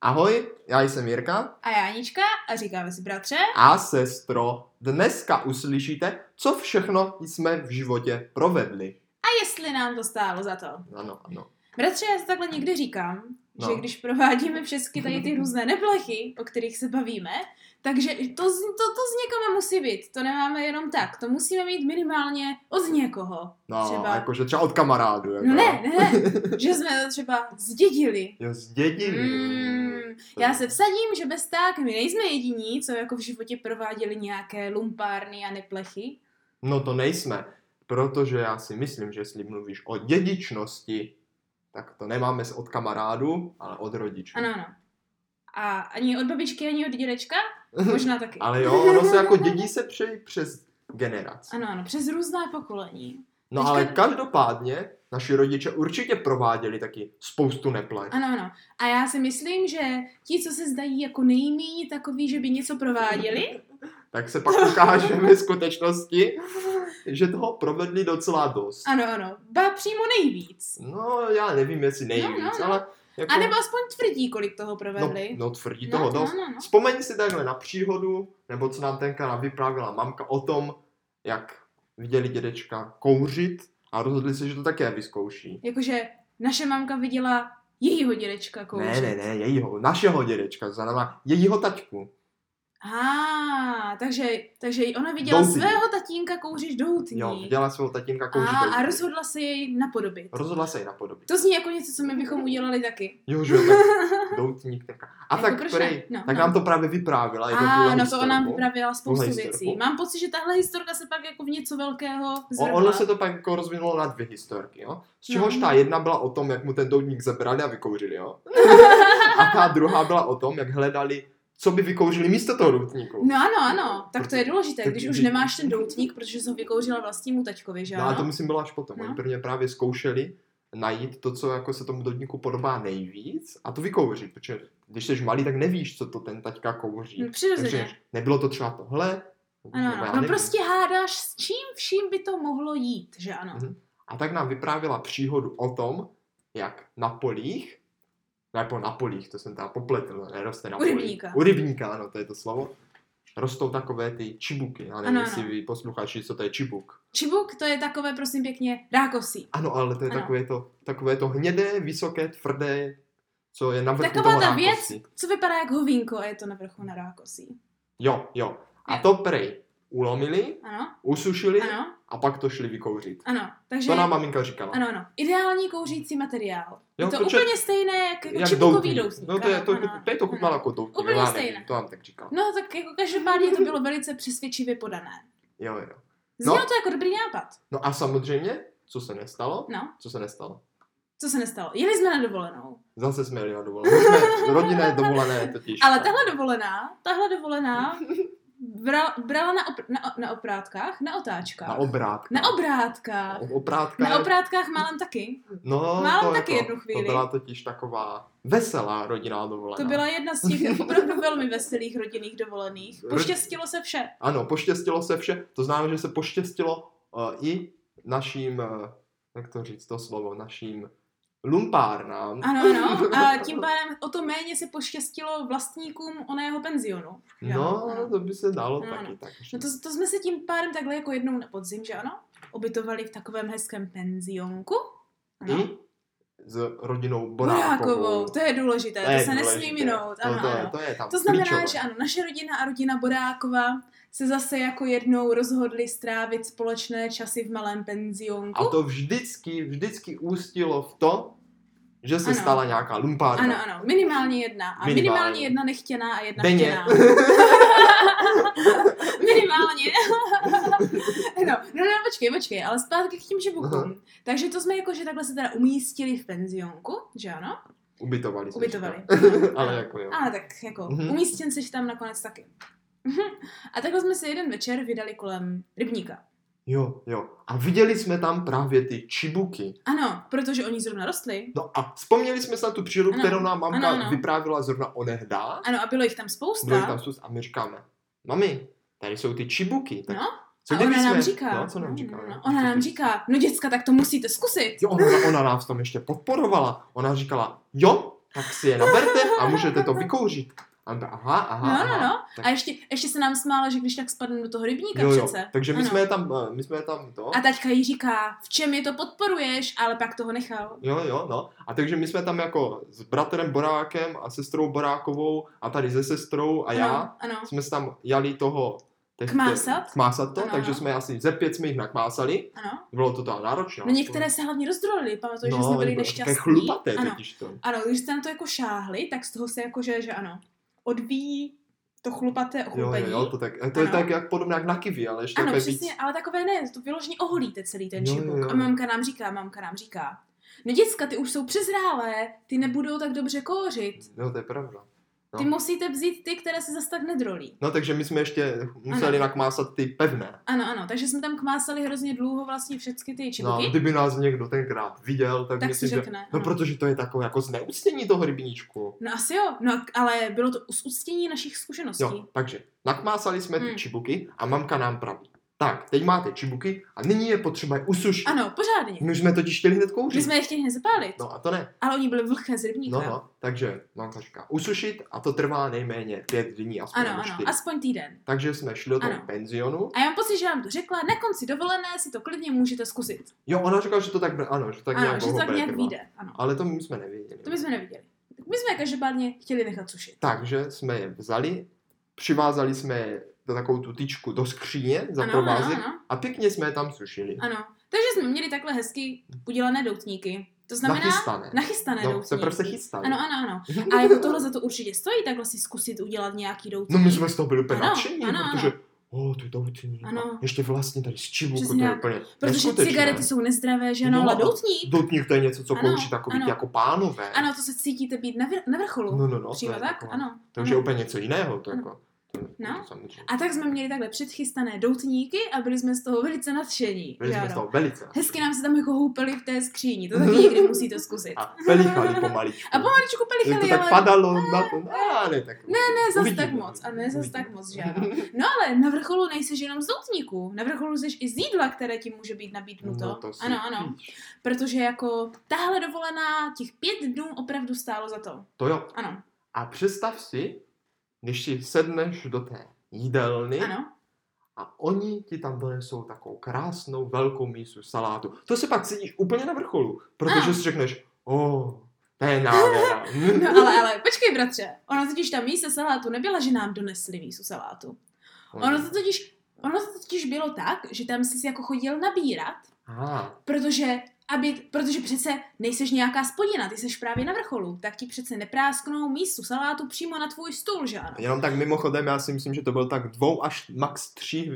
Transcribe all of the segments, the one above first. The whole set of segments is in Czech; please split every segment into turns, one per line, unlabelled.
Ahoj, já jsem Jirka
A já Anička a říkáme si bratře.
a sestro. Dneska uslyšíte, co všechno jsme v životě provedli.
A jestli nám to stálo za to.
Ano, ano.
Bratře, já si takhle někdy říkám,
No.
no. že když provádíme všechny tady ty různé neplechy, o kterých se bavíme, takže to, z- to, to z někoho musí být. To nemáme jenom tak. To musíme mít minimálně od někoho.
No, třeba...
Třeba-
jakože třeba od kamarádu. Jako.
No ne, ne, že jsme to třeba zdědili.
Jo, zdědili.
Mm, já se vsadím, že bez tak my nejsme jediní, co jako v životě prováděli nějaké lumpárny a neplechy.
No to nejsme, protože já si myslím, že jestli mluvíš o dědičnosti, tak to nemáme z- od kamarádu, ale od rodičů.
Ano, ano. A ani od babičky, ani od dědečka? Možná taky.
ale jo, ono se jako dědí se přeji přes generaci.
Ano, ano, přes různá pokolení.
No
Teďka-
ale každopádně naši rodiče určitě prováděli taky spoustu neplech.
Ano, ano. A já si myslím, že ti, co se zdají jako nejméně takový, že by něco prováděli,
Tak se pak ukáže ve skutečnosti, že toho provedli docela dost.
ano, ano, ba přímo nejvíc.
No já nevím, jestli nejvíc,
No, no, no.
ale jako...
A nebo aspoň tvrdí, kolik toho provedli.
No, no tvrdí
No,
toho
no,
dost.
no, no.
Vzpomeň si takhle na příhodu, nebo co nám tenkrát vyprávěla mamka o tom, jak viděli dědečka kouřit a rozhodli se, že to také vyzkouší.
Jakože naše mamka viděla jejího dědečka kouřit.
Ne, ne, ne, jejího, našeho dědečka, to znamená jejího taťku.
Ah, takže, takže ona viděla
Doutník.
svého tatínka kouřit doutní.
Jo, viděla svého tatínka kouřit.
a, a
doutník.
rozhodla se jej napodobit.
rozhodla se ji napodobit.
To zní jako něco, co my bychom udělali taky.
Jo, že jo, tak doutník. tak- A
Jako
tak
proč
prej,
ne?
no,
No,
tak
no.
nám to právě vyprávěla. jednou tuhle
A no to
historku.
ona vyprávěla spoustu
historku.
věcí. Mám pocit, že tahle historka se pak jako v něco velkého
O,
zvrhla.
ono se to pak jako rozvinulo na dvě historky, jo? Z čehož
No.
ta jedna byla o tom, jak mu ten doutník zebrali a vykouřili, jo? a ta druhá byla o tom, jak hledali, co by vykouřili místo toho doutníku.
No ano, ano, tak to je důležité,
Tak
když
kdy-
už nemáš ten doutník, protože jsem vykouřila vlastnímu taťkovi, že
no a to
ano?
myslím bylo až potom.
No.
Oni prvně právě zkoušeli najít to, co jako se tomu doutníku podobá nejvíc a to vykouřit, protože když jsi malý, tak nevíš, co to ten taťka kouří.
No, přirozeně.
Takže nebylo to třeba tohle, nebo
Ano,
já
ano. No
nevím.
prostě hádáš, s čím vším by to mohlo jít, že ano?
Mhm. A tak nám vyprávěla příhodu o tom, jak na polích, nebo na polích, to jsem teda popletl, neroste na
U
polích.
rybníka.
U rybníka, ano, to je to slovo. Rostou takové ty čibuky, já nevím,
Ano,
jestli
ano.
vy posluchači, co to je čibuk.
Čibuk, to je takové, prosím pěkně, rákosí.
Ano, ale to je
Ano.
takové to, takové to hnědé, vysoké, tvrdé, co je na vrchu
Taková
toho
ta věc.
rákosi.
Co vypadá jak hovínko a je to na vrchu na rákosí.
Jo, jo. A
Jo.
to prej ulomili,
Ano,
usušili
ano,
a pak to šli vykouřit.
ano. Takže
To nám maminka říkala.
Ano, ano. Ideální kouřící materiál.
Jo,
Jo, je to
protože-
úplně stejné jak,
Jak
jak čibukový
doutník.
doutník.
No to je
ano,
to,
ano, ano.
to, je to chutnalo jako doutník.
Úplně
já nevím,
stejné.
To nám tak říkala.
No tak jako každopádně to bylo velice přesvědčivě podané.
Jo, jo.
Znělo
No.
no. to jako dobrý nápad.
No a samozřejmě, co se nestalo?
No,
Co se nestalo?
co se nestalo? Jeli jsme na dovolenou.
Zase jsme jeli na dovolenou. My Jsme rodinné dovolené totiž.
Ale tahle dovolená, tahle dovolená bra, brala na, opr, na, na oprátkách, na otáčkách.
Na obrátka.
na obrátkách.
O- Oprátka.
Na oprátkách málem taky.
No,
Málem
to
taky
jako,
jednu chvíli.
To byla totiž taková veselá rodinná dovolená.
To byla jedna z těch opravdu velmi veselých rodinných dovolených.
Rodi-
Poštěstilo se vše.
Ano, poštěstilo se vše. To znamená, že se poštěstilo uh, i naším, uh, jak to říct to slovo, naším lumpárnám.
Ano, ano. A tím pádem o to méně se poštěstilo vlastníkům oného penzionu. že ano?
No, to by se dalo
Ano,
taky.
ano.
Tak,
No to, to jsme se tím pádem takhle jako jednou na podzim, že ano? Obytovali v takovém hezkém penzionku. Ano.
Hm? S rodinou Borákovou.
Borákovou, to je důležité, to,
je
se
důležité. No,
nesmí minout.
To,
Ano,
to,
ano.
To, je tam
To znamená,
klíčové.
že ano, naše rodina a rodina Borákova se zase jako jednou rozhodli strávit společné časy v malém penzionku.
A to vždycky, vždycky ústilo v to, že se
Ano.
stala nějaká lumpárna.
Ano, ano, minimálně jedna. A minimálně,
Minimálně.
jedna nechtěná a jedna
Denně.
chtěná. minimálně. no, no, no, počkej, počkej, ale zpátky k těm
Aha.
živokům. Takže to jsme jako, že takhle se teda umístili v penzionku, že ano?
Ubytovali se.
Ubytovali.
Ale jako jo.
Ale tak jako,
Mhm.
umístěn jsi tam nakonec taky. a takhle jsme se jeden večer vydali kolem rybníka.
Jo, jo. A viděli jsme tam právě ty čibuky.
Ano, protože oni zrovna rostli.
No a vzpomněli jsme se na tu přírodu,
Ano.
kterou nám mamka
Ano, ano.
vyprávěla zrovna onehdá.
Ano, a bylo jich tam
Bylo jich
spousta.
tam sus a my říkáme, mami, tady jsou ty čibuky. Tak
No,
co
a
kdyby
ona nám
jsme...
říká,
No, co nám říká?
no, no,
no?
ona
Co
nám
ty-
říká, no děcka, tak to musíte zkusit.
Jo, ona, ona nás v tom ještě podporovala. Ona říkala, jo, tak si je naberte a můžete to vykouřit. A on to, aha, aha,
No, no,
aha.
no.
Tak-
A ještě, ještě se nám smála, že když tak spadne do toho rybníka
Jo, jo.
přece.
Takže my
Ano.
jsme je tam, eh, my jsme je tam to.
A taťka jí říká, v čem je to podporuješ, ale pak toho nechal.
Jo, jo, no. A takže my jsme tam jako s bratrem Borákem a sestrou Borákovou a tady se sestrou a já
Ano, ano.
jsme si tam jali toho těch-
Kmásat?
kmásat to,
Ano,
takže
ano.
jsme asi ze pět jsme jich nakmásali.
ano.
Bylo to No, tam náročné.
No některé se hlavně rozdrolily, pamatuju, že jsme byli nešťastní.
Také chlupaté
ano.
totiž to.
ano, když jste na to jako šáhli, tak z toho se jako, že, že ano, odvíjí to chlupaté
Jo,
ochlupení.
jo, jo, to, tak, to je
Ano.
tak jak podobné jak na kiwi, ale ještě
ano,
takové
přesně,
víc.
ale takové ne, to vyloženě oholíte celý ten
Jo, jo,
šipok.
jo.
A mamka nám říká, mamka nám říká, no děcka, ty už jsou přezrálé, ty nebudou tak dobře kouřit.
Jo, No, to je pravda.
Ty
No.
musíte vzít ty, které se zas tak nedrolí.
No takže my jsme ještě museli
Ano.
nakmásat ty pevné.
Ano, ano, takže jsme tam kmásali hrozně dlouho vlastně všechny ty
No,
čipky.
kdyby nás někdo tenkrát viděl, tak,
tak si
myslím, že...
řekne.
No
ano.
protože to je takové jako zneúctění toho rybníčku.
No asi jo, no, ale bylo to z uctění našich zkušeností.
Jo, takže nakmásali jsme ty
Hmm.
čibuky a mamka nám praví. Tak, teď máte čibuky a nyní je potřeba je usušit.
Ano, pořádně.
My jsme totiž chtěli hned
My
kouřit.
jsme je chtěli hned zapálit,
No a to ne.
ale oni byli vlhké z rybníka.
No, no, takže mamka říká usušit a to trvá nejméně pět dní, aspoň
Ano,
nebo
ano,
čtyři.
aspoň týden.
Takže jsme šli do toho
Ano.
penzionu.
A já mám pocit, že vám to řekla, na konci dovolené si to klidně můžete zkusit.
Jo, ona říkala, že to tak, bude- ano, že tak
ano,
nějak no.
že to
dlouho
tak
bude
nějak
trvat.
vyjde. Ano,
Ale to my jsme nevěděli.
to my jsme neviděli. Tak my jsme je každopádně chtěli nechat sušit.
Takže jsme je vzali, přivázali jsme je do takovou tu tyčku do skříně za
ano, ano,
provázek
ano,
a pěkně jsme je tam sušili.
ano. Takže jsme měli takhle hezky udělané doutníky. To znamená
Nachystané.
nachystané
No, se
doutníky.
prostě chystali.
Ano, ano, ano. A jako tohle za to určitě stojí, takhle si zkusit udělat nějaký doutník.
No my jsme z toho byli úplně
Ano,
nadšení,
ano, ano.
protože o, ty doutníky,
Ano.
ještě vlastně tady z čibuku, to
Přesně
je
tak.
úplně
Protože
neskutečné.
cigarety jsou nezdravé, že ano,
No.
ale doutník.
Doutník to je něco, co
Ano,
kouří takový
ano.
ty jako pánové.
Ano, to se cítíte být na, vr- na vrcholu.
No, no, no.
Přímo
to je
tak?
taková-
Ano.
To už je
ano.
úplně něco jiného, to
Ano.
jako. to-
No.
To samozřejmě.
A tak jsme měli takhle předchystané doutníky a byli jsme z toho velice nadšení.
Byli jsme z toho velice.
Hezky nám se tam jako houpili v té skříni, to taky někdy musíte zkusit.
A pelichali pomaličku.
A pomaličku
Jak to
pelichali,
tak
ale
padalo na to. A ne, tak. Ne,
no. ne zas tak moc. A ne zas tak moc, že ano. No ale na vrcholu nejseš jenom z doutníků, na vrcholu jsi i z jídla, které ti může být nabídnuto.
No, to si
ano, ano.
píš.
Protože jako tahle dovolená těch pět dnů opravdu stálo za to.
To jo.
Ano,
A představ si, když si sedneš do té jídelny
ano.
a oni ti tam donesou takovou krásnou velkou mísu salátu. To si pak cítíš úplně na vrcholu, protože
Ano.
si řekneš, o, to je nádhera.
No ale, ale, počkej bratře, ona totiž ta mísa salátu nebyla, že nám donesli mísu salátu.
Hm.
Ono to totiž, ono to totiž bylo tak, že tam jsi si jako chodil nabírat,
Aha.
protože, aby, protože přece nejseš nějaká spodina, ty seš právě na vrcholu, tak ti přece neprásknou místu salátu přímo na tvůj stůl, že ano?
Jenom tak mimochodem, já si myslím, že to byl tak dvou až max tří.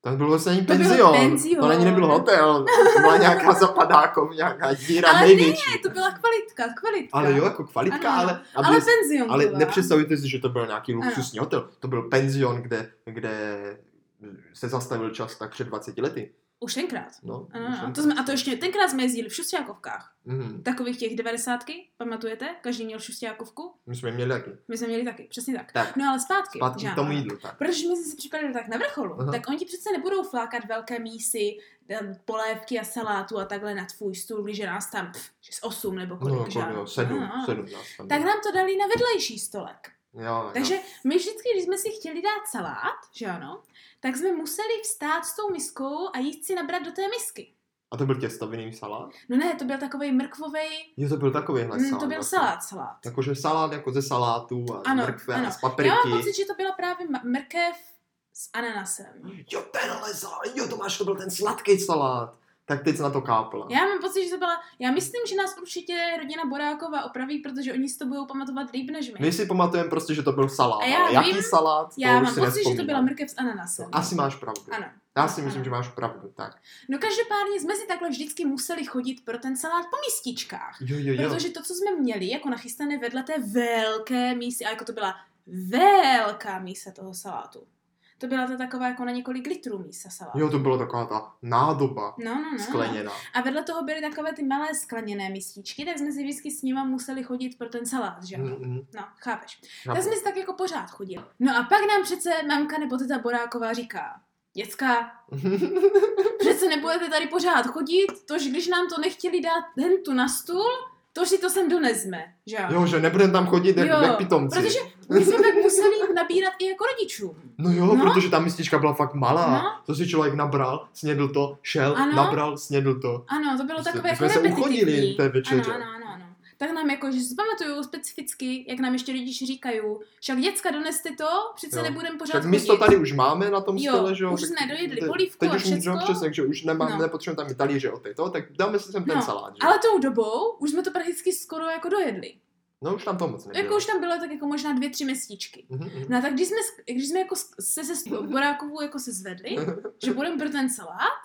To byl vlastně ani
To byl
penzion.
penzion.
To ani nebyl hotel. To byla nějaká zapadákov, nějaká díra
Ale
největší.
Ne, to byla kvalitka, kvalitka.
Ale jo, jako kvalitka,
Ano,
ale... aby-
ale penzion
ale
byla.
nepředstavujte si, že to byl nějaký luxusní hotel. To byl penzion, kde, kde se zastavil čas tak před 20 lety.
Už tenkrát.
No,
Ano, ano. To jsme, a to ještě tenkrát jsme jezdili v šustiákovkách.
mm,
Takových těch devadesátky, pamatujete? Každý měl šustiákovku.
my jsme měli taky.
My jsme měli taky, přesně tak.
Tak.
No ale zpátky.
Zpátky
že
k
ano.
tomu jídlu, tak.
Protože my jsme si připadali tak na vrcholu,
Aha.
tak oni ti přece nebudou flákat velké mísy, em, polévky a salátu a takhle na tvůj stůl, když je nás tam pff, že z 8 nebo kolik,
No,
že
jako,
ano.
jo, sedm,
Ano, ano.
sedm nás tam
Tak
bylo.
nám to dali na vedlejší stolek.
Jo,
Takže
jo.
my vždycky, když jsme si chtěli dát salát, že ano, tak jsme museli vstát s tou miskou a jít si nabrat do té misky.
A to byl těstoviný salát?
No ne, to byl takový mrkvovej,
Jo, to byl takovýhle
mm,
salát.
to byl
vlastně.
salát, salát.
Jakože salát jako ze salátů a z
Ano,
mrkve a
ano.
z
Já mám
papriky.
pocit, že to byla právě ma- mrkev s ananasem.
Jo, tenhle salát, jo, to máš, to byl ten sladký salát. Tak teď jsi na to kápla.
Já mám pocit, že to byla. Já myslím, že nás určitě rodina Boráková opraví, protože oni si to budou pamatovat líp než my.
My si pamatujeme prostě, že to byl salát,
A já
ale jaký
vím,
salát, to
Já
už
mám
si
pocit, že to
nevzpomínám.
byla mrkev s ananasem.
Asi máš pravdu.
Ano.
Já si myslím,
Ano.
že máš pravdu, tak.
No každopádně jsme si takhle vždycky museli chodit pro ten salát po místičkách.
Jo, jo, jo.
Protože to, co jsme měli, jako nachystané vedle té velké mísy, a jako to byla velká mísa toho salátu. To byla ta taková jako na několik litrů mísa salátu.
Jo, to byla taková ta nádoba
No, no, no.
skleněná.
A vedle toho byly takové ty malé skleněné místičky, tak jsme si vždycky s nima museli chodit pro ten salát, že?
Mm,
ano?
mm,
No, chápeš.
chápu.
Tak jsme si tak jako pořád chodili. No a pak nám přece mamka nebo teta Boráková říká, děcka, přece nebudete tady pořád chodit, tož když nám to nechtěli dát hentu na stůl, to si to sem donesme, že jo?
Jo, že nebudeme tam chodit jak,
Jo,
jak pitomci.
protože My jsme pak museli nabírat i jako rodičům.
No jo,
No.
no. protože ta mistička byla fakt malá.
No.
No. To si člověk nabral, snědl to, šel,
Ano.
ano. nabral, snědl to.
Ano, to bylo
Prostě
takové
my
jako
jsme se uchodili
repetitivní.
té večeře.
Ano, ano, ano, ano. Tak nám jako, že si pamatuju specificky, jak nám ještě rodiče říkají, však děcka doneste to, přece
Jo.
nebudem pořád
Tak místo
chodit.
tady už máme na tom
Jo,
stole, že jo?
už
tak
jsme dojedli
te-
polívku
teď
a
už
všecko.
No, přesně, že už nemá,
No.
no. nepotřebujeme tam i talíře od to, tak dáme si sem ten
No,
salát, že?
Ale tou dobou už jsme to prakticky skoro jako dojedli.
No už tam to moc nebylo.
Jako už tam bylo tak jako možná dvě, tři měsíčky.
Mhm, mhm.
No a tak když jsme, když jsme jako se, se s Borákovou jako se zvedli, že budeme pro ten salát,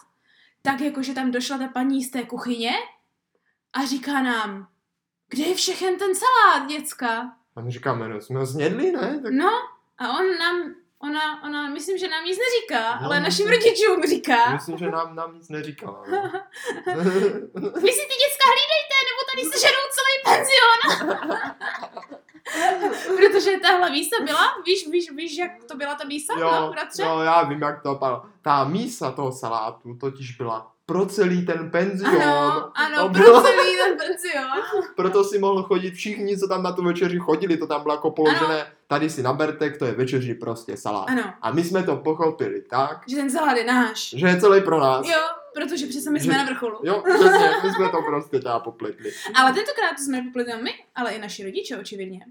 tak jakože tam došla ta paní z té kuchyně a říká nám, kde je všechen ten salát, děcka?
A my říkáme, no jsme ho snědli, ne? Tak,
No a on nám, ona, ona, myslím, že nám nic neříká,
No.
ale našim rodičům říká,
Myslím, že nám, nám nic neříkala. No.
vy si ty děcka hlídejte, nebo tady sežerou celý penzion. Protože tahle mísa byla, víš, víš, víš, jak to byla ta mísa, no,
jo,
bratře?
jo, já vím, jak to padlo. Ta mísa toho salátu totiž byla pro celý ten penzion.
Ano, ano,
no, To
pro
bylo-
celý ten penzion.
Proto si mohl chodit všichni, co tam na tu večeři chodili, to tam bylo jako položené, tady si naberte, to je večeři prostě salát.
Ano,
A my jsme to pochopili tak,
že ten salát je náš.
že je celý pro nás.
Jo, protože přece my jsme
Že-
na vrcholu.
Jo, přesně, my jsme to prostě teda popletli.
Ale tentokrát to jsme nepopletli my, ale i naši rodiče, očividně.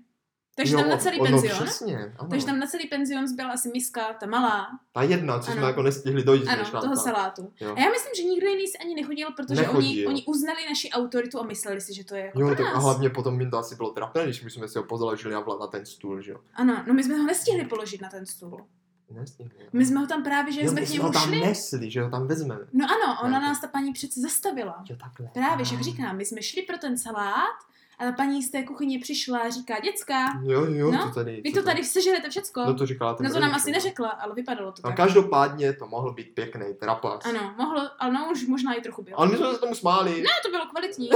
Takže
jo,
tam na celý
ono
penzion.
přesně, ano.
Takže tam na celý penzion zbyla asi miska, ta malá,
Ta jedna, co
Ano.
jsme jako nestihli dojít,
ano,
než nám
toho
ta-
salátu.
Jo.
A já myslím, že nikdo jiný si ani nechodil, protože oni,
Nechodil.
oni uznali naši autoritu a mysleli si, že to je jako
Jo,
pro
tak
nás.
a hlavně potom jim to asi bylo trapné, když my jsme si ho pozaložili na, vla- na ten stůl, že jo.
Ano, no my jsme ho nestihli položit na ten stůl.
Nestihli. jo.
My jsme ho tam právě, že
Jo,
jsme
my
k
jsme
němu
ho tam
šli.
nesli, že ho tam vezmeme.
No ano, ona
Ne.
nás ta paní přece zastavila.
Jo, takhle.
Právě, že jak říkám, my jsme šli pro ten salát a ta paní z té kuchyně přišla a říká, děcka,
Jo, jo,
No,
to tady.
vy
co
to tady sežerete všecko.
No to říkala ten
No to nám
rodič,
asi
jo.
neřekla, ale vypadalo to
No
tak.
každopádně to mohl být pěkný trapas.
Ano, mohlo, ale no už možná i trochu bylo.
Ale my jsme se tomu smáli.
No, to bylo kvalitní.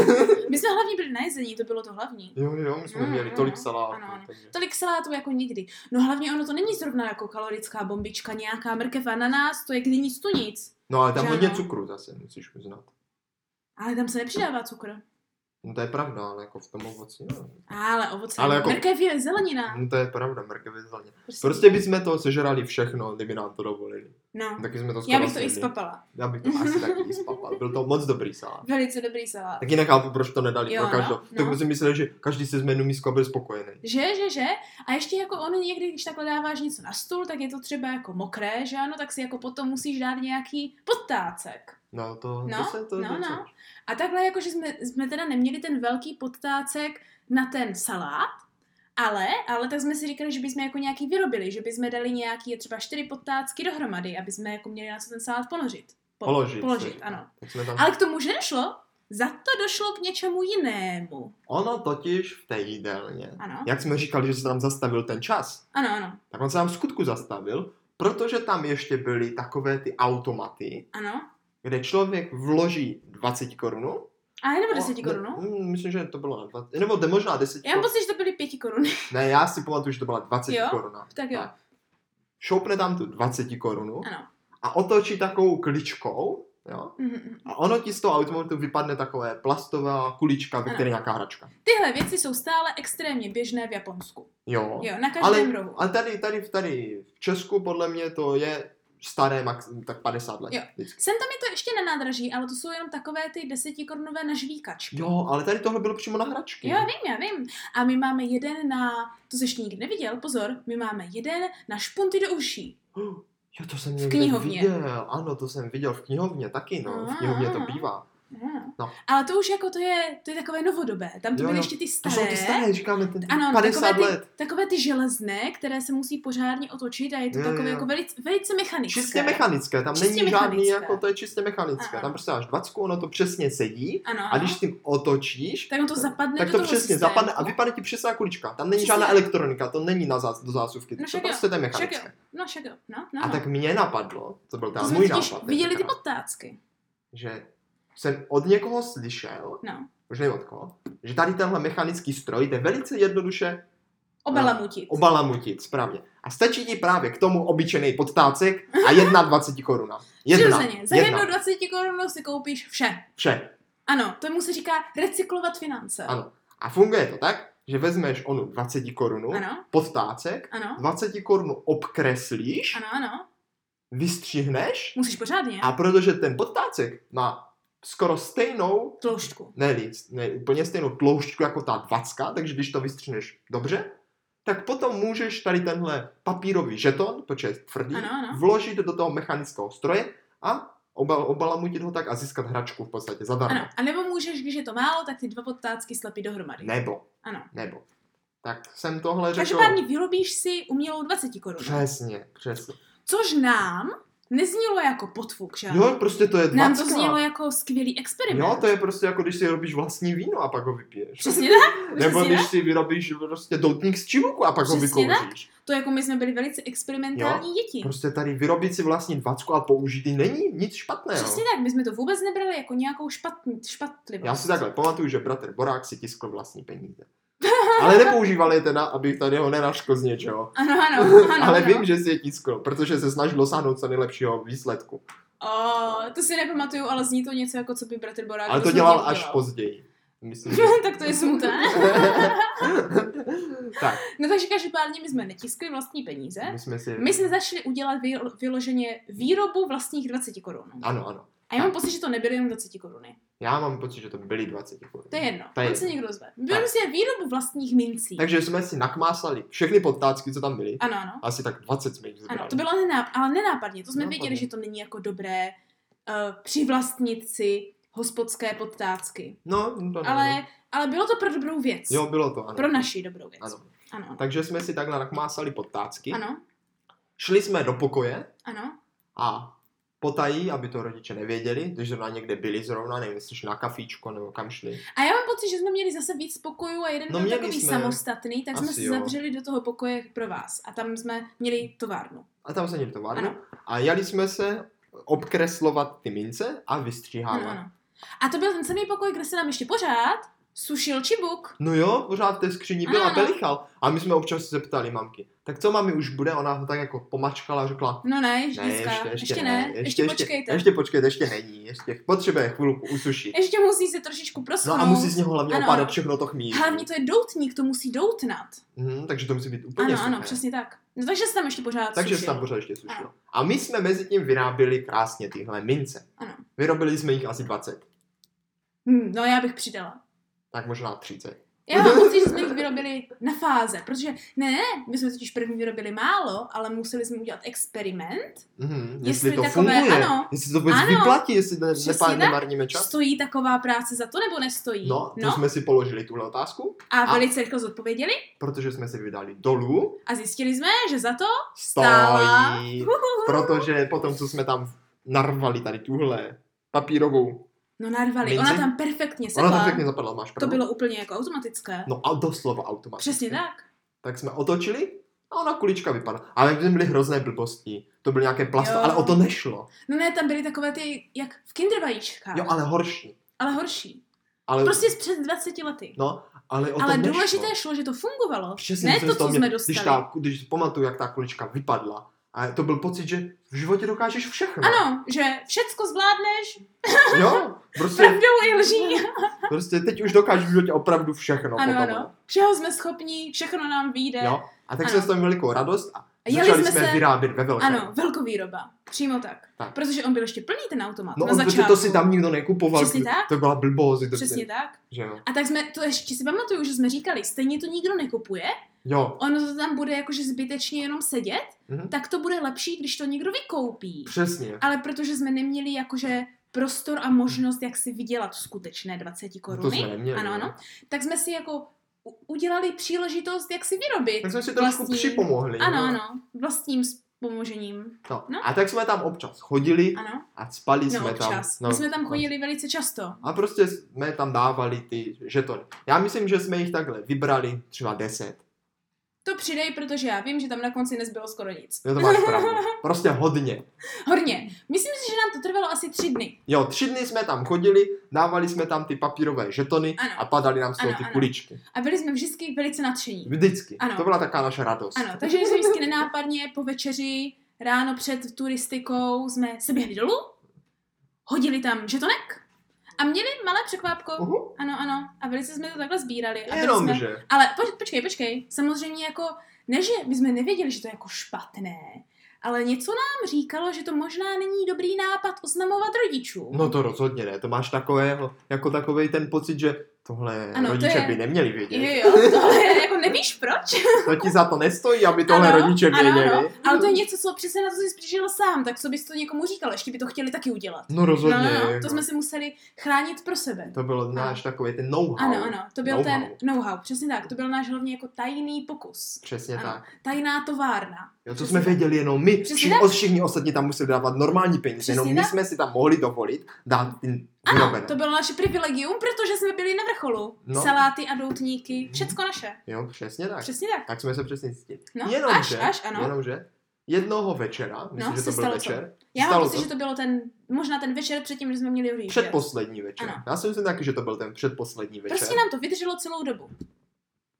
My jsme hlavně byli najezení, to bylo to hlavní.
Jo, jo, my jsme
Mm,
měli
mm,
tolik salátu.
ano, ano.
takže-
Tolik salátu jako nikdy. No hlavně ono to není zrovna jako kalorická bombička, nějaká mrkev ananas, to je kdy nic tu nic.
No ale tam
Že
hodně
ano.
cukru zase, musíš uznat.
Ale tam se nepřidává cukr.
No to je pravda, ale jako v tom ovoci, no.
Ale ovoce.
Ale jako-
Mrkev je zelenina.
No to je pravda, mrkev je zeleně. Prostě bychom to sežrali všechno, kdyby nám to dovolili.
No.
Taky jsme to skoro
Já bych to i
snědli.
spapala.
Já bych to asi taky i spapal. Byl to moc dobrý salát.
Velice dobrý salát.
Taky nechápu, proč to nedali
Jo,
pro
no,
každou.
no.
Tak jsem myslel, že každý si zmenu místko a byl spokojený.
Že, že, že? A ještě jako ono někdy, když takhle dáváš něco na stůl, tak je to třeba jako mokré, že ano, tak si jako potom musíš dát nějaký podtácek.
No to,
No,
to se to
no,
něco-
no. A takhle jako, že jsme, jsme teda neměli ten velký podtácek na ten salát, ale, ale tak jsme si říkali, že bychom jako nějaký vyrobili, že bychom dali nějaký třeba čtyři podtácky dohromady, aby jsme jako měli na co ten salát ponořit. Po-
Položit.
Položit,
se.
ano.
Tak jsme tam...
Ale k tomu už nedošlo, za to došlo k něčemu jinému.
Ono totiž v té jídelně.
Ano,
Jak jsme říkali, že se tam zastavil ten čas,
ano, ano,
tak on se tam v skutku zastavil, protože tam ještě byly takové ty automaty,
ano.
kde člověk vloží 20 korunu.
A nebo 10
O,
korunů?
No, Ne, mm, myslím, že to bylo na 20, nebo de, možná 10
no? Já mám
korun.
pocit, že to byly 5 koruny.
Ne, já si pamatuju, že to byla 20
Jo?
koruna.
Tak jo.
Tak. Šoupne tam tu 20 korunu
Ano.
a otočí takovou kličkou, jo?
Mhm.
A ono ti z toho automatu vypadne takové plastová kulička, ve
Ano.
které je nějaká hračka.
Tyhle věci jsou stále extrémně běžné v Japonsku.
Jo.
Jo, na každém
ale,
rohu.
ale tady, tady, tady v Česku podle mě to je staré max, tak 50 let.
Jo.
vždycky.
Sem tam je to ještě na nádraží, ale to jsou jenom takové ty desetikorunové nažvíkačky.
Jo, ale tady tohle bylo přímo na hračky.
Jo, já vím, já vím. A my máme jeden na, to jsi ještě nikdy neviděl, pozor, my máme jeden na špunty do uší.
Jo, to jsem někde
knihovně.
viděl. Ano, to jsem viděl v knihovně taky, no.
Aha,
V knihovně to
aha.
bývá.
No.
No.
Ale to už jako to je, to je takové novodobé, tam to
Jo,
byly
jo.
ještě ty
To
staré.
jsou ty staré, říkáme, ten
Ano, no,
50
takové,
let.
Ty, takové ty železné, které se musí pořádně otočit a je to
Jo,
takové
jo.
jako velice, velice mechanické.
Čistě mechanické, tam
Čistě
není žádný,
mechanické.
jako to je čistě mechanické.
Ano.
Tam prostě máš 20, ono to přesně sedí.
Ano,
A když s tím otočíš,
tak on to zapadne
tak
do
to
toho
přesně
systému.
zapadne a vypadne ti přesná kulička. Tam není
Přesně.
žádná elektronika, to není na zás, do zásuvky.
No
to
však jo,
prostě to je
však
mechanické.
jo, no však jo, no, no.
A
no.
tak mě napadlo, to byl
to
tam
jsme
můj
totiž
nápad,
viděli ty
tenkrát,
podtácky.
že jsem od někoho slyšel,
No,
už nevím od koho, že tady tenhle mechanický stroj jde velice jednoduše eh,
obalamutit.
obalamutit, správně. A stačí ti právě k tomu obyčejný podtácek a jedna 20 koruna. Jedna,
Přirozeně, za jednu
jedna,
20 korunu si koupíš vše.
vše.
Ano, tomu se říká recyklovat finance.
Ano. A funguje to tak, že vezmeš onu 20 korunu,
Ano,
podtácek,
ano,
20 korunu obkreslíš,
ano, ano.
vystřihneš
Musíš pořádně.
a protože ten podtácek má skoro stejnou,
Tloušťku.
ne, víc, ne úplně stejnou tloušťku jako ta 20, takže když to vystřihneš dobře, tak potom můžeš tady tenhle papírový žeton, protože je tvrdý,
Ano, ano.
vložit do toho mechanického stroje a obal, obalamutit ho tak a získat hračku v podstatě zadarmo.
Ano, a nebo můžeš, když je to málo, tak ty dva podtácky slepit dohromady.
Nebo,
Ano.
nebo. Tak jsem tohle řekl.
Každopádně vyrobíš si umělou 20 korun.
Přesně, přesně.
Což nám neznělo jako potvuk, že?
Jo, prostě to je 20.
nám to znělo jako skvělý experiment.
Jo, to je prostě jako když si robíš vlastní víno a pak ho vypiješ.
Přesně tak.
Nebo
Přesně
když
tak.
si vyrobíš prostě doutník z čivuku a pak ho
Přesně tak.
vykouříš.
To jako my jsme byli velice experimentální jo. děti.
Prostě tady vyrobit si vlastní dvacku a použít ji není nic špatného.
Přesně tak, my jsme to vůbec nebrali jako nějakou špatný, špatlivost.
Já si takhle pamatuju, že bratr Borák si tiskl vlastní peníze. Ale nepoužíval je teda, aby tady ho nenaško z něčeho.
Ano, ano, ano.
Ale
ano.
vím, že si je tiskl, protože se snažil dosáhnout co nejlepšího výsledku.
O, to si nepamatuju, ale zní to něco jako co by bratr Borák.
Ale to
rozhodně
dělal až později. Myslím, že...
tak to je smutné.
tak,
No takže každopádně my jsme netiskli vlastní peníze.
my jsme si...
My jsme začali udělat vylo- vyloženě výrobu vlastních 20 korun.
Ano, ano.
A já mám pocit, že to nebyly jenom 20 koruny.
Já mám pocit, že to byly 20 korun.
To je jedno.
To je
On se
jedno.
někdo zve. Byli jsme výrobu vlastních mincí.
Takže jsme si nakmáslali všechny podtácky, co tam byly.
Ano, ano.
Asi tak 20 jsme jich zbrali.
Ano, to bylo nenáp- ale nenápadně. To jsme
Nenápadně.
věděli, že to není jako dobré uh, přivlastnit si hospodské podtácky.
No, no, to nevím.
Ale, ale bylo to pro dobrou věc.
Jo, bylo to, ano.
Pro naši dobrou věc.
Ano.
Ano, ano.
Takže jsme si takhle nakmásali podtácky.
ano.
Šli jsme do pokoje
ano.
a potají, aby to rodiče nevěděli, když zrovna někde byli zrovna, nevím, jestli šli na kafíčko nebo kam šli.
A já mám pocit, že jsme měli zase víc pokojů a jeden
No,
byl
měli
takový
jsme.
samostatný, tak jsme
Asi
se
jo.
zavřeli do toho pokoje pro vás. A tam jsme měli továrnu.
A tam se někdo továrnu.
Ano.
A jeli jsme se obkreslovat ty mince a vystříhávat.
Ano, ano. A to byl ten samý pokoj, kde se nám ještě pořád sušil čibuk.
No jo, pořád v té skříni byl
Ano,
a
ano.
pelichal. A my jsme občas se ptali mamky, tak co mami už bude? Ona ho tak jako pomačkala a řekla,
No ne, ještě, ne, ještě, ještě ne, ještě, ještě počkejte. Ještě,
Ještě počkejte, ještě není, ještě potřebuje chvilku usušit.
ještě musí se trošičku
No
proschnout.
a musí z něho hlavně
Ano,
opádat
ano.
všechno to chmíří.
Hlavně to je doutník, to musí doutnat.
Mhm, takže to musí být úplně
Ano,
suché.
ano, přesně tak. No takže se tam ještě pořád
Takže se
sušil.
tam pořád ještě sušilo.
Ano.
A my jsme mezi tím vyráběli krásně tyhle mince.
Ano.
Vyrobili jsme jich asi 20,
Hm, no já bych přidala.
tak možná 30.
Já mám pocit, že jsme jich vyrobili na fáze, protože ne, ne, my jsme totiž první vyrobili málo, ale museli jsme udělat experiment.
Mhm, jestli,
Jestli
to
takové-
funguje,
ano.
jestli to vůbec
Ano.
vyplatí, jestli ne,
Přesně
nepá,
tak.
nemarníme čas.
Stojí taková práce za to nebo nestojí?
No, to
no.
jsme si položili tuhle otázku,
A,
a-
velice rychle zodpověděli
protože jsme si vydali dolů.
a zjistili jsme, že za to stála.
Stojí. Protože potom, co jsme tam narvali tady tuhle papírovou,
No narvali,
Mince?
ona tam perfektně
ona tam
sedla.
pěkně zapadla, máš
To
pravdu.
bylo úplně jako automatické.
No a doslova automaticky.
Přesně tak.
Tak jsme otočili a ona kulička vypadla. Ale to byly hrozné blbosti. To byly nějaké plasto,
Jo.
ale o to nešlo.
No ne, tam byly takové ty, jak v kindervajíčkách,
Jo, ale horší.
ale horší.
Ale,
Prostě z před 20 lety.
no, ale o
ale
to nešlo.
důležité šlo, že to fungovalo.
Přesně,
ne
jsem
to,
z toho
co
měl.
jsme dostali.
Když, ta, když pamatuju, jak ta kulička vypadla, a to byl pocit, že v životě dokážeš všechno.
Ano, že všecko zvládneš
Jo, prostě,
pravdou i lží.
prostě teď už dokážeš v životě opravdu všechno.
Ano,
potom.
ano. Všeho jsme schopni, všechno nám vyjde.
Jo? A tak
Ano.
jsme s tom velikou radost a
Jeli
začali
jsme
jsme
se-
vyrábět ve velkém.
Ano, velkovýroba. Přímo tak.
Tak.
Protože on byl ještě plný ten automat
No,
na
protože
začátku.
to si tam nikdo nekupoval.
Přesně tak.
To byla blbost. To
Přesně tak.
Že jo.
A tak jsme, to ještě si pamatuju, že jsme říkali, stejně to nikdo nekupuje,
jo.
ono to tam bude jakože zbytečně jenom sedět,
Mhm.
tak to bude lepší, když to někdo vykoupí.
Přesně.
Ale protože jsme neměli jakože prostor a možnost, jak si vydělat skutečné
To
20 koruny,
jsme neměli.
jako Ano,
no.
ano. tak jsme si jako u- udělali příležitost, jak si vyrobit.
Tak jsme si trošku
vlastní-
připomohli.
Vlastně- Ano,
no.
ano, vlastním pomožením.
No.
No.
A tak jsme tam občas chodili
Ano,
a spali
no
jsme
občas.
tam. no.
My jsme tam chodili velice často.
A prostě jsme tam dávali ty žetony. Já myslím, že jsme jich takhle vybrali třeba 10.
To přidej, protože já vím, že tam na konci nezbylo skoro nic.
Jo, to máš pravdu. Prostě hodně.
Horně. Myslím si, že nám to trvalo asi tři dny.
Jo, tři dny jsme tam chodili, dávali jsme tam ty papírové žetony
Ano.
a padaly nám z toho
Ano,
ty
ano.
kuličky.
A byli jsme vždycky velice nadšení.
Vždycky.
Ano.
To byla taková naše radost.
Ano, takže jsme vždycky nenápadně po večeři, ráno před turistikou jsme se běhli dolů, hodili tam žetonek A měli malé překvápko.
Uhu.
Ano, ano. A velice jsme to takhle sbírali. A byli jsme...
Jenomže.
Ale poč, počkej, počkej. Samozřejmě jako, ne, že my jsme nevěděli, že to je jako špatné, ale něco nám říkalo, že to možná není dobrý nápad oznamovat rodičům.
No to rozhodně ne, to máš takové, jako takový ten pocit, že tohle
Ano,
ano,
to
rodiče
je-
by neměli vědět.
Jo, jo, tohle je, jako nevíš proč,
To ti za to nestojí, aby tohle
Ano,
rodiče
ano,
věděli.
ale to je něco, co přesně na to jsi přišel sám, tak co bys to někomu říkal, ještě by to chtěli taky udělat.
No rozhodně.
no, no, no,
jako.
to jsme si museli chránit pro sebe.
to bylo náš takový ten know-how.
Ano, ano, to byl
Know-how.
ten know-how, přesně tak, to byl náš hlavně jako tajný pokus.
Přesně
Ano.
tak.
Tajná továrna.
Jo, to
Přesně
jsme
tak.
věděli jenom my.
Přesně
Všichni,
tak.
os, všichni ostatní tam museli dávat normální peníze,
Přesně
jenom my
tak.
jsme si tam mohli dovolit dát ty
Ano,
vyrobené.
to bylo naše privilegium, protože jsme byli na vrcholu.
No.
No. Saláty a doutníky,
Mhm.
všecko naše.
Jo, přesně tak.
Přesně tak.
Tak jsme se přesně cítili.
No,
jenomže,
až, až, ano. No,
jenomže, jednoho večera, myslím, že
se
to byl
stalo co?
večer,
Já mám
stalo
pocit, že to bylo ten, možná ten večer předtím, když jsme měli ohlížet.
předposlední večer.
Ano.
Já si myslím taky, že to byl ten předposlední večer.
Prostě nám to vydrželo celou dobu.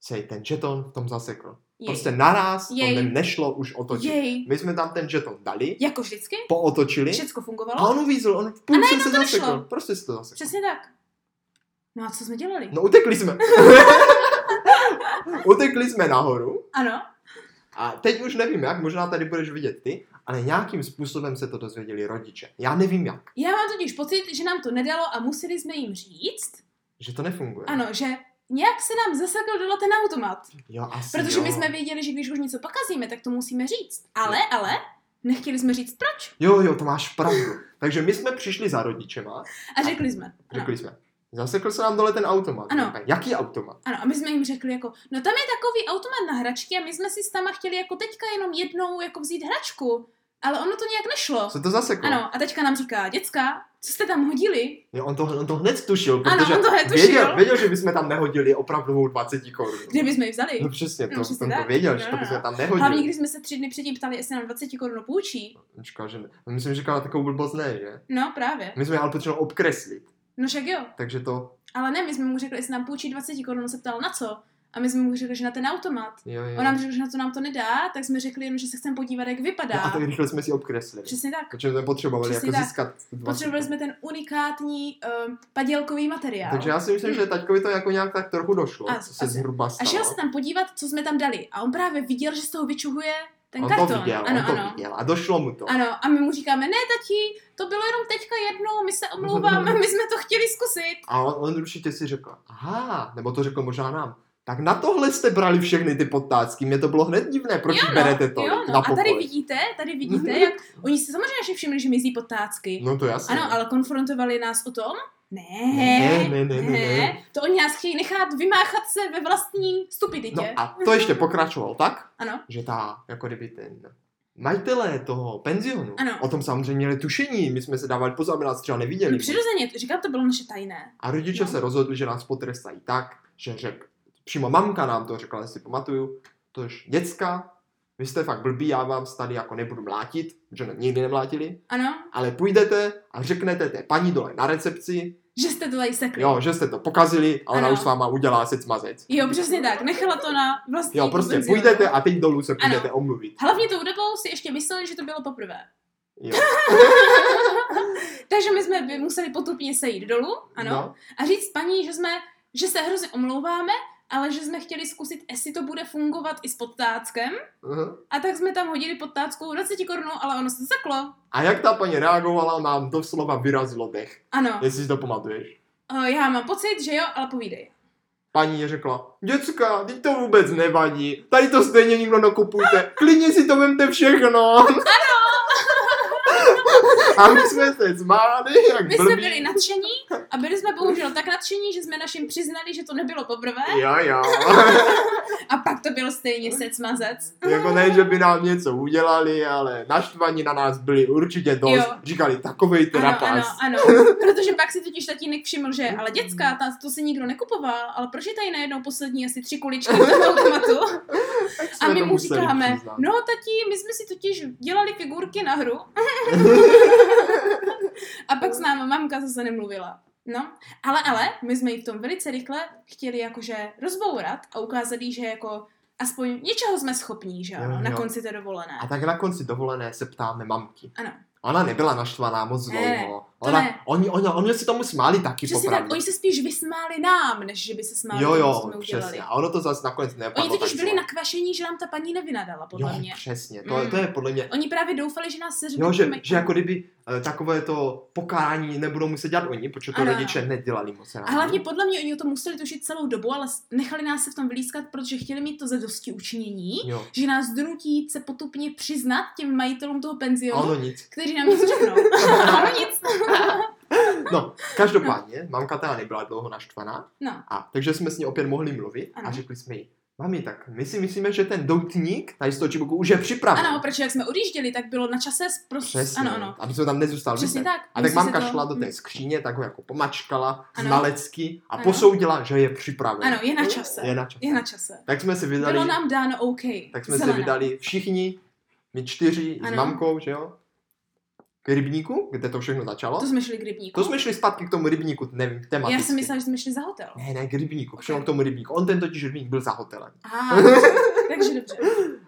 Se ten jeton v tom zasekl.
Jej.
Prostě naraz to
Jej.
ne- nešlo už otočit.
Jej.
My jsme tam ten jeton dali,
Jako vždycky,
pootočili
všecko
a
fungovalo.
on uvízl, on v půlce se
to nešlo.
zasekl. Prostě se to zasekl.
Přesně tak. No a co jsme dělali?
No utekli jsme. utekli jsme nahoru
Ano,
a teď už nevím jak, možná tady budeš vidět ty, ale nějakým způsobem se to dozvěděli rodiče. Já nevím jak,
já mám totiž pocit, že nám to nedalo a museli jsme jim říct,
že to nefunguje.
ano, že nějak se nám zasekl dole ten automat.
Jo, asi
Protože
jo.
my jsme věděli, že když už něco pokazíme, tak to musíme říct. Ale, ale, nechtěli jsme říct proč.
Jo, jo, to máš pravdu. Takže my jsme přišli za rodičema,
A řekli jsme. Ano,
řekli jsme, zasekl se nám dole ten automat.
Ano.
Říkají, Jaký automat?
ano, a my jsme jim řekli jako, no tam je takový automat na hračky a my jsme si s tama chtěli jako teďka jenom jednou jako vzít hračku, ale ono to nějak nešlo.
Co to zaseklo?
Ano, a teďka nám říká, děcka, co jste tam hodili?
Jo, on, to, on to hned stušil,
Ano,
protože
on to hned
věděl,
tušil.
věděl, že bychom tam nehodili opravdovou 20 korun.
Kde bychom ji vzali?
No přesně, to,
No, přesně
on to
tak.
věděl,
No,
že to
no,
bychom
no.
tam nehodili.
Hlavně, když jsme se tři dny předtím ptali, jestli nám 20 korun půjčí.
Říkal, že ne. No, Myslím, že říkala takovou blbost ne, že?
No právě.
My jsme ale potřebovali obkreslit,
No však jo.
takže to...
Ale ne, my jsme mu řekli, jestli nám půjčí 20 korun, on se ptal na co. A my jsme mu řekli, že na ten automat.
Jo, jo.
On nám řekl, že na to nám to nedá, tak jsme řekli jenom, že se chceme podívat, jak vypadá.
no, a tak rychle jsme si obkreslili.
Přesně tak.
Protože jsme potřebovali
Přesně
jako
tak.
získat tu 20.
Potřebovali jsme ten unikátní um, padělkový materiál.
Takže já si myslím, že taťkovi to jako nějak tak trochu došlo,
Hmm. A-
co se
asi.
zhruba
A
stalo.
šel se tam podívat, co jsme tam dali. A on právě viděl, že z toho vyčuhuje ten
on
karton.
to viděl,
ano,
on to
ano.
viděl a došlo mu to.
Ano, a my mu říkáme, ne tati, to bylo jenom teďka jednou, my se omlouváme, my jsme to chtěli zkusit.
A on, on určitě si řekl, aha, nebo to řekl možná nám. Tak na tohle jste brali všechny ty podtácky, mě to bylo hned divné, proč
jo, no,
berete to
jo, no.
na
A
pokoj.
tady vidíte, tady vidíte, jak oni si samozřejmě si všimli, že mizí potácky.
No to jasně.
Ano, ale konfrontovali nás o tom? Ne,
Ne, ne, ne, ne, ne.
To oni nás chtějí nechat vymáchat se ve vlastní
No
stupiditě.
a to ještě pokračovalo tak,
Ano,
že ta, jako kdyby ten majitelé toho penzionu,
Ano.
o tom samozřejmě měli tušení, my jsme se dávali pozor, aby nás třeba neviděli.
no, přirozeně, to- říkám, to bylo naše tajné.
A rodiče
No.
se rozhodli, že nás potrestají tak, že řekl, přímo mamka nám to řekla, jestli pamatuju, tož děcka, vy jste fakt blbí, já vám tady jako nebudu mlátit, že nikdy nemlátili,
Ano,
ale půjdete a řeknete té paní dole na recepci,
že jste to tady sekli.
jo, že jste to pokazili a ona
Ano.
už s váma udělá sec mazec.
jo, přesně tak, nechala to na vlastní
Jo, prostě
penzionu.
půjdete a teď dolů se půjdete omluvit.
Hlavně tou dobou si ještě mysleli, že to bylo poprvé.
Jo.
Takže my jsme by museli potupně sejít dolů, ano, no.
No,
a říct paní, že jsme, že se hrozně omlouváme, ale že jsme chtěli zkusit, jestli to bude fungovat i s podtáckem.
uh-huh.
A tak jsme tam hodili podtáckou 20 korun, ale ono se zaklo.
A jak ta paní reagovala, nám doslova vyrazilo dech,
Ano,
jestli si to pamatuješ.
e, já mám pocit, že jo, ale povídej.
Paní řekla, děcka, teď to vůbec nevadí, tady to stejně nikdo nakupujte, klidně si to vemte všechno. Ano. A my jsme se zmáli, jak
My jsme
blbí.
byli nadšení a byli jsme bohužel tak nadšení, že jsme našim přiznali, že to nebylo poprvé
Jo, jo.
a pak to byl stejně sec mazec.
jako ne, že by nám něco udělali, ale naštvaní na nás byli určitě dost.
Jo.
Říkali, takovej ty
Ano, ano,
rapaz.
ano. Protože pak si totiž tatínek všiml, že ale děcka, ta, to se nikdo nekupoval, ale proč je tady najednou poslední asi tři kuličky v tom automatu?
Tak jsme
A my
to
mu
museli
říkáme,
přiznat.
no tati, my jsme si totiž dělali figurky na hru. A pak s náma mamka zase nemluvila. No, ale, ale, my jsme ji v tom velice rychle chtěli jakože rozbourat a ukázat jí, že jako aspoň něčeho jsme schopní, že
Jo,
ano, na
jo.
konci té dovolené.
A tak na konci dovolené se ptáme mamky.
Ano.
Ona nebyla naštvaná moc
Ne,
dlouho.
to
Ona,
ne.
oni, oni, oni se tomu smáli taky
Přesně
popravdě.
tak, oni se spíš vysmáli nám, než že by se smáli,
jo,
tomu, co
jo,
jsme udělali.
přesně. A ono to zase nakonec
Oni
nepadlo.
totiž
tak
byli
zle.
nakvašení, že nám ta paní nevynadala, podle
jo,
mě.
přesně. To, je- to je podle mě
Oni právě doufali, že nás seřeknou.
Jo, že, že jako kdyby eh, takové to pokání nebudou muset dělat oni, protože to
Ano,
rodiče nedělali moc rádi.
A hlavně podle mě oni o tom museli tušit celou dobu, ale s- nechali nás se v tom vylískat, protože chtěli mít to za dosti učinění,
Jo,
že nás donutí se potupně přiznat těm majitelům toho penzionu,
ono nic.
kteří nám nic řeknou. Ale nic.
No, každopádně, mamka teda nebyla dlouho naštvaná,
No,
a, takže jsme s ní opět mohli mluvit a
Ano.
řekli jsme jí, mami, tak my si myslíme, že ten doutník tady z toho čibuku už je připraven.
ano, protože jak jsme odjížděli, tak bylo na čase prostě.
Přesně,
Ano, ano.
aby jsme tam nezůstali.
Přesně
vidět.
tak.
A tak
Musí se
mamka
to-
šla do
Hm.
té skříně, tak ho jako pomačkala
Ano.
znalecky a
Ano.
posoudila, že je připraven.
Ano, je na čase.
Je na čase.
Je na čase.
Tak jsme si vydali...
Bylo nám dáno OK.
Tak jsme
Zelená.
se vydali všichni, my čtyři ano. s
Ano.
mamkou, že jo? K rybníku, kde to všechno začalo.
To jsme šli k rybníku.
to jsme šli zpátky k tomu rybníku, nevím, tematicky.
Já jsem myslela, že jsme šli za hotel.
Ne, ne, k rybníku,
Ok.
okay. k tomu rybníku. On ten totiž rybník byl za hotelem.
Aha, dobře. takže dobře.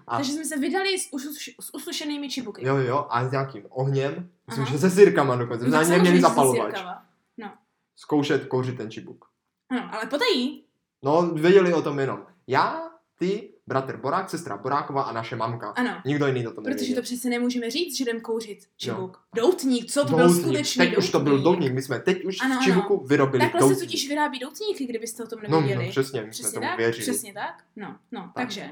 A-
Takže jsme se vydali s, usuš, s usušenými čibuky.
Jo, jo, a s nějakým ohněm, myslím,
Aha.
že se sirkama dokonce,
No,
no,
tak
mě
samozřejmě,
měli
že jsem
zapalovač.
zirkava.
Zkoušet kouřit ten čibuk.
Ano, ale potají.
No, věděli o tom jenom já, ty, bratr Borák, sestra Boráková a naše mamka.
Ano.
Nikdo jiný o tom
Protože to
nevěděl.
přesně nemůžeme říct, že jdem kouřit čibuk. Doutník, co to byl
No. Doutník.
skutečný
Teď už to byl doutník, my jsme teď už
Ano,
v
ano.
Čibuku vyrobili
Takhle
doutník.
se totiž vyrábí doutníky, kdybyste o tom
No, no,
nevěděli.
přesně, my jsme
přesně
tomu
tak,
věřili.
přesně tak. No, no, tak. takže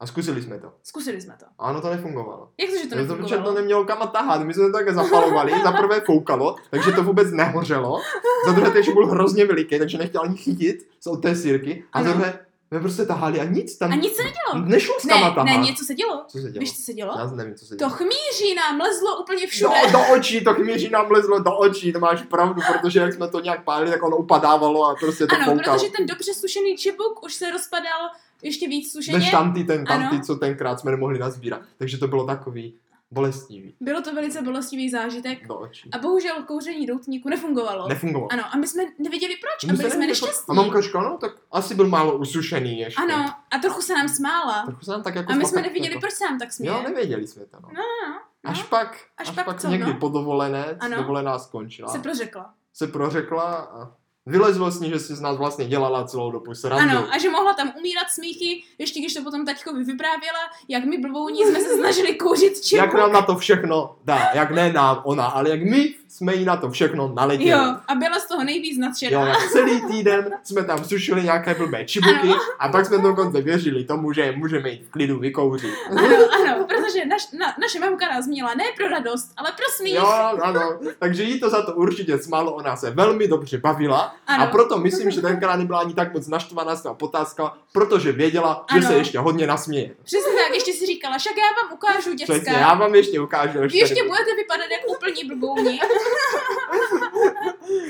A zkusili jsme to.
zkusili jsme to.
A ono to nefungovalo.
Jak to, že to
No to, protože to
nefungovalo?
nemělo kam tahat. My jsme to také zapalovali, za prvé foukalo, takže to vůbec nehořelo. Za druhé ten šibul hrozně veliký, takže nechtěl ani chytit z od té sírky. A za
Ano.
druhé jsme prostě tahali a nic tam
A nic se nedělo.
nešlo s kama
Ne,
tahat.
ne, něco se dělo.
Co se dělo?
Víš, co se dělo?
Já nevím, co se
To
dělo.
chmíří nám lezlo úplně všude.
No, do očí, to chmíří nám lezlo do očí, to máš pravdu, protože jak jsme to nějak pálili, tak ono upadávalo a prostě to
ano,
foukalo.
protože ten dobře sušený čibuk už se rozpadal ještě víc sušeně.
Než tamty, ten tamty,
Ano.
co tenkrát jsme nemohli nazbírat. Takže to bylo takový bolestivý
Bylo to velice bolestivý zážitek.
do očí.
A bohužel kouření doutníku nefungovalo.
Nefungovalo.
Ano, a my jsme nevěděli proč.
My
A
se
byli jsme
nevím,
nešťastní.
jako- A mamka říkala, no tak asi byl málo usušený ještě.
Ano, a trochu se nám smála.
Trochu se nám tak jako
A my
smakat-
jsme nevěděli,
jako-
proč se nám tak směje.
Jo, nevěděli jsme to. No.
No, no, no.
Až pak, až, pak, co, někdy
no?
po dovolené, co
Ano.
dovolená skončila,
Se
se, pro...
prořekla.
se prořekla a vylezlo s ní, že si z nás vlastně dělala celou dobu srandu.
Ano, a že mohla tam umírat smíchy, ještě když to potom taťkovi vyprávěla, jak my blbouni jsme se snažili kouřit čipku.
jak nám na to všechno dá, jak ne nám ona, ale jak my jsme jí na to všechno naletěli.
Jo, a byla z toho nejvíc nadšená.
Jo, jak celý týden jsme tam sušili nějaké blbé čibuky a pak jsme dokonce věřili tomu, že je můžeme jít v klidu vykouřit.
Ano, ano, protože naš, na, naše mamka nás měla ne pro radost, ale pro smích.
Jo, ano, takže jí to za to určitě smálo, ona se velmi dobře bavila
ano,
a proto myslím, že tenkrát nebyla ani tak moc naštvaná z toho potázka, protože věděla, že
Ano.
se ještě hodně nasměje.
přesně tak, ještě si říkala, však já vám ukážu,
Přesně,
děvka.
já vám ještě ukážu. až
Vy ještě
tady-
budete vypadat jak úplní blbouni.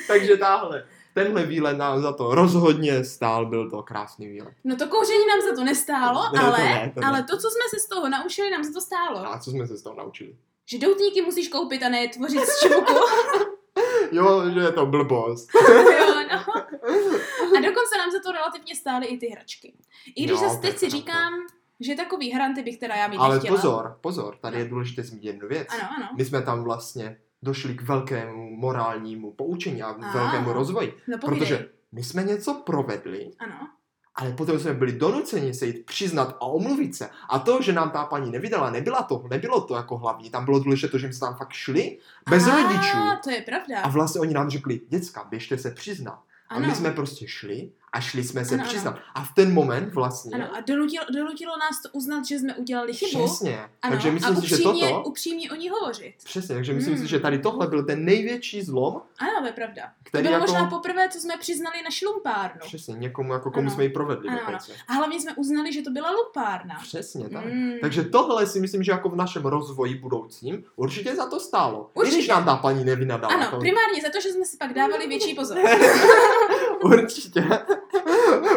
Takže táhle, tenhle výlet nám za to rozhodně stál, byl to krásný výlet.
No to kouření nám za to nestálo,
Ne, to
ale,
ne, to ne.
ale to, co jsme se z toho naučili, nám za to stálo.
A co jsme se z toho naučili?
Že doutníky musíš koupit a ne je tvořit z čuku.
Jo, že je to blbost.
jo, no. A dokonce nám za to relativně stály i ty hračky. I když
No,
no, zase
to je
teď si
pravda.
říkám, že takový hranty bych teda já mít
Ale
nechtěla.
pozor, pozor, tady je důležité zmínit jednu věc.
Ano, ano.
My jsme tam vlastně došli k velkému morálnímu poučení a
A.
k velkému rozvoji,
No povídej.
protože my jsme něco provedli,
Ano,
ale potom jsme byli donuceni se jít přiznat a omluvit se. A to, že nám ta paní nevydala, nebyla to, nebylo to jako hlavní. Tam bylo důležité to, že jsme tam fakt šli bez
A,
rodičů.
to je pravda.
A vlastně oni nám řekli, děcka, běžte se přiznat. A
ano.
my jsme prostě šli a šli jsme se
no. Ano, ano.
přiznat. A v ten moment vlastně,
Ano, a donutilo, donutilo nás to uznat, že jsme udělali chybu.
přesně.
Ano,
takže myslím
a
si, že
upřímně,
toto,
upřímně o ní hovořit.
přesně, takže myslím
Hmm.
si, že tady tohle byl ten největší zlom,
Ano, to je pravda. To
který
bylo
jako,
možná poprvé, co jsme přiznali naši lumpárnu.
přesně, někomu, jako komu
Ano.
jsme ji provedli
Ano,
dokonce.
A hlavně jsme uznali, že to byla lumpárna.
Přesně tak.
Mm.
Takže tohle si myslím, že jako v našem rozvoji budoucím určitě za to stálo. I když
Určitě.
nám ta paní nevynadala.
Ano,
to...
primárně za to, že jsme si pak dávali větší pozor.
určitě.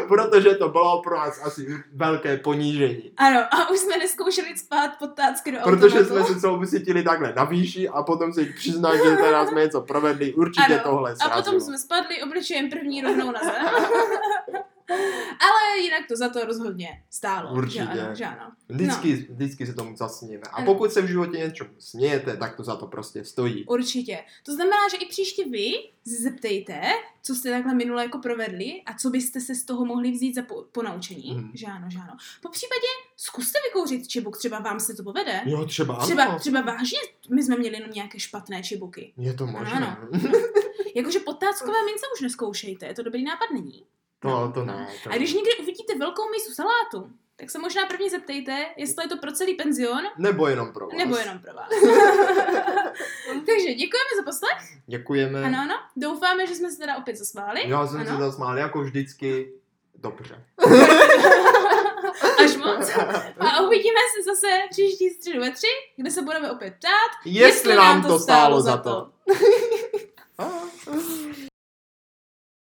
Protože to bylo pro nás asi velké ponížení.
Ano, a už jsme neskoušeli spát pod tácky do
Protože
automatu.
jsme se celou cítili takhle na výši a potom si přiznali, že teda jsme něco provedli. Určitě
Ano.
tohle
A
srazilo.
potom jsme spadli obličejem první rovnou na zem. Ale jinak to za to rozhodně stálo.
Určitě.
Že ano, že ano.
Vždycky, no. vždycky se tomu zasněme. A
Ano.
pokud se v životě něčemu smějete, tak to za to prostě stojí.
Určitě. To znamená, že i příště vy se zeptejte, co jste takhle minule jako provedli a co byste se z toho mohli vzít za po, ponaučení.
Mhm.
Mm. Že ano, že ano. Po případě zkuste vykouřit čibuk, třeba vám se to povede.
Jo, třeba ano.
Třeba, třeba vážně, my jsme měli jenom nějaké špatné čibuky.
Je to možné.
Ano. Jakože potáckové mince už neskoušejte, to dobrý nápad není.
To, to ne. To
A když někdy uvidíte velkou mísu salátu, tak se možná první zeptejte, jestli je to pro celý penzion,
Nebo jenom pro vás.
nebo jenom pro vás. Takže děkujeme za poslech.
Děkujeme.
Ano, ano. Doufáme, že jsme se teda opět zasmáli.
Já jsem
Ano.
se zasmál jako vždycky. Dobře.
Až moc. A uvidíme se zase příští středu ve tři, kde se budeme opět ptát,
Jestli nám to stálo za to. Ah.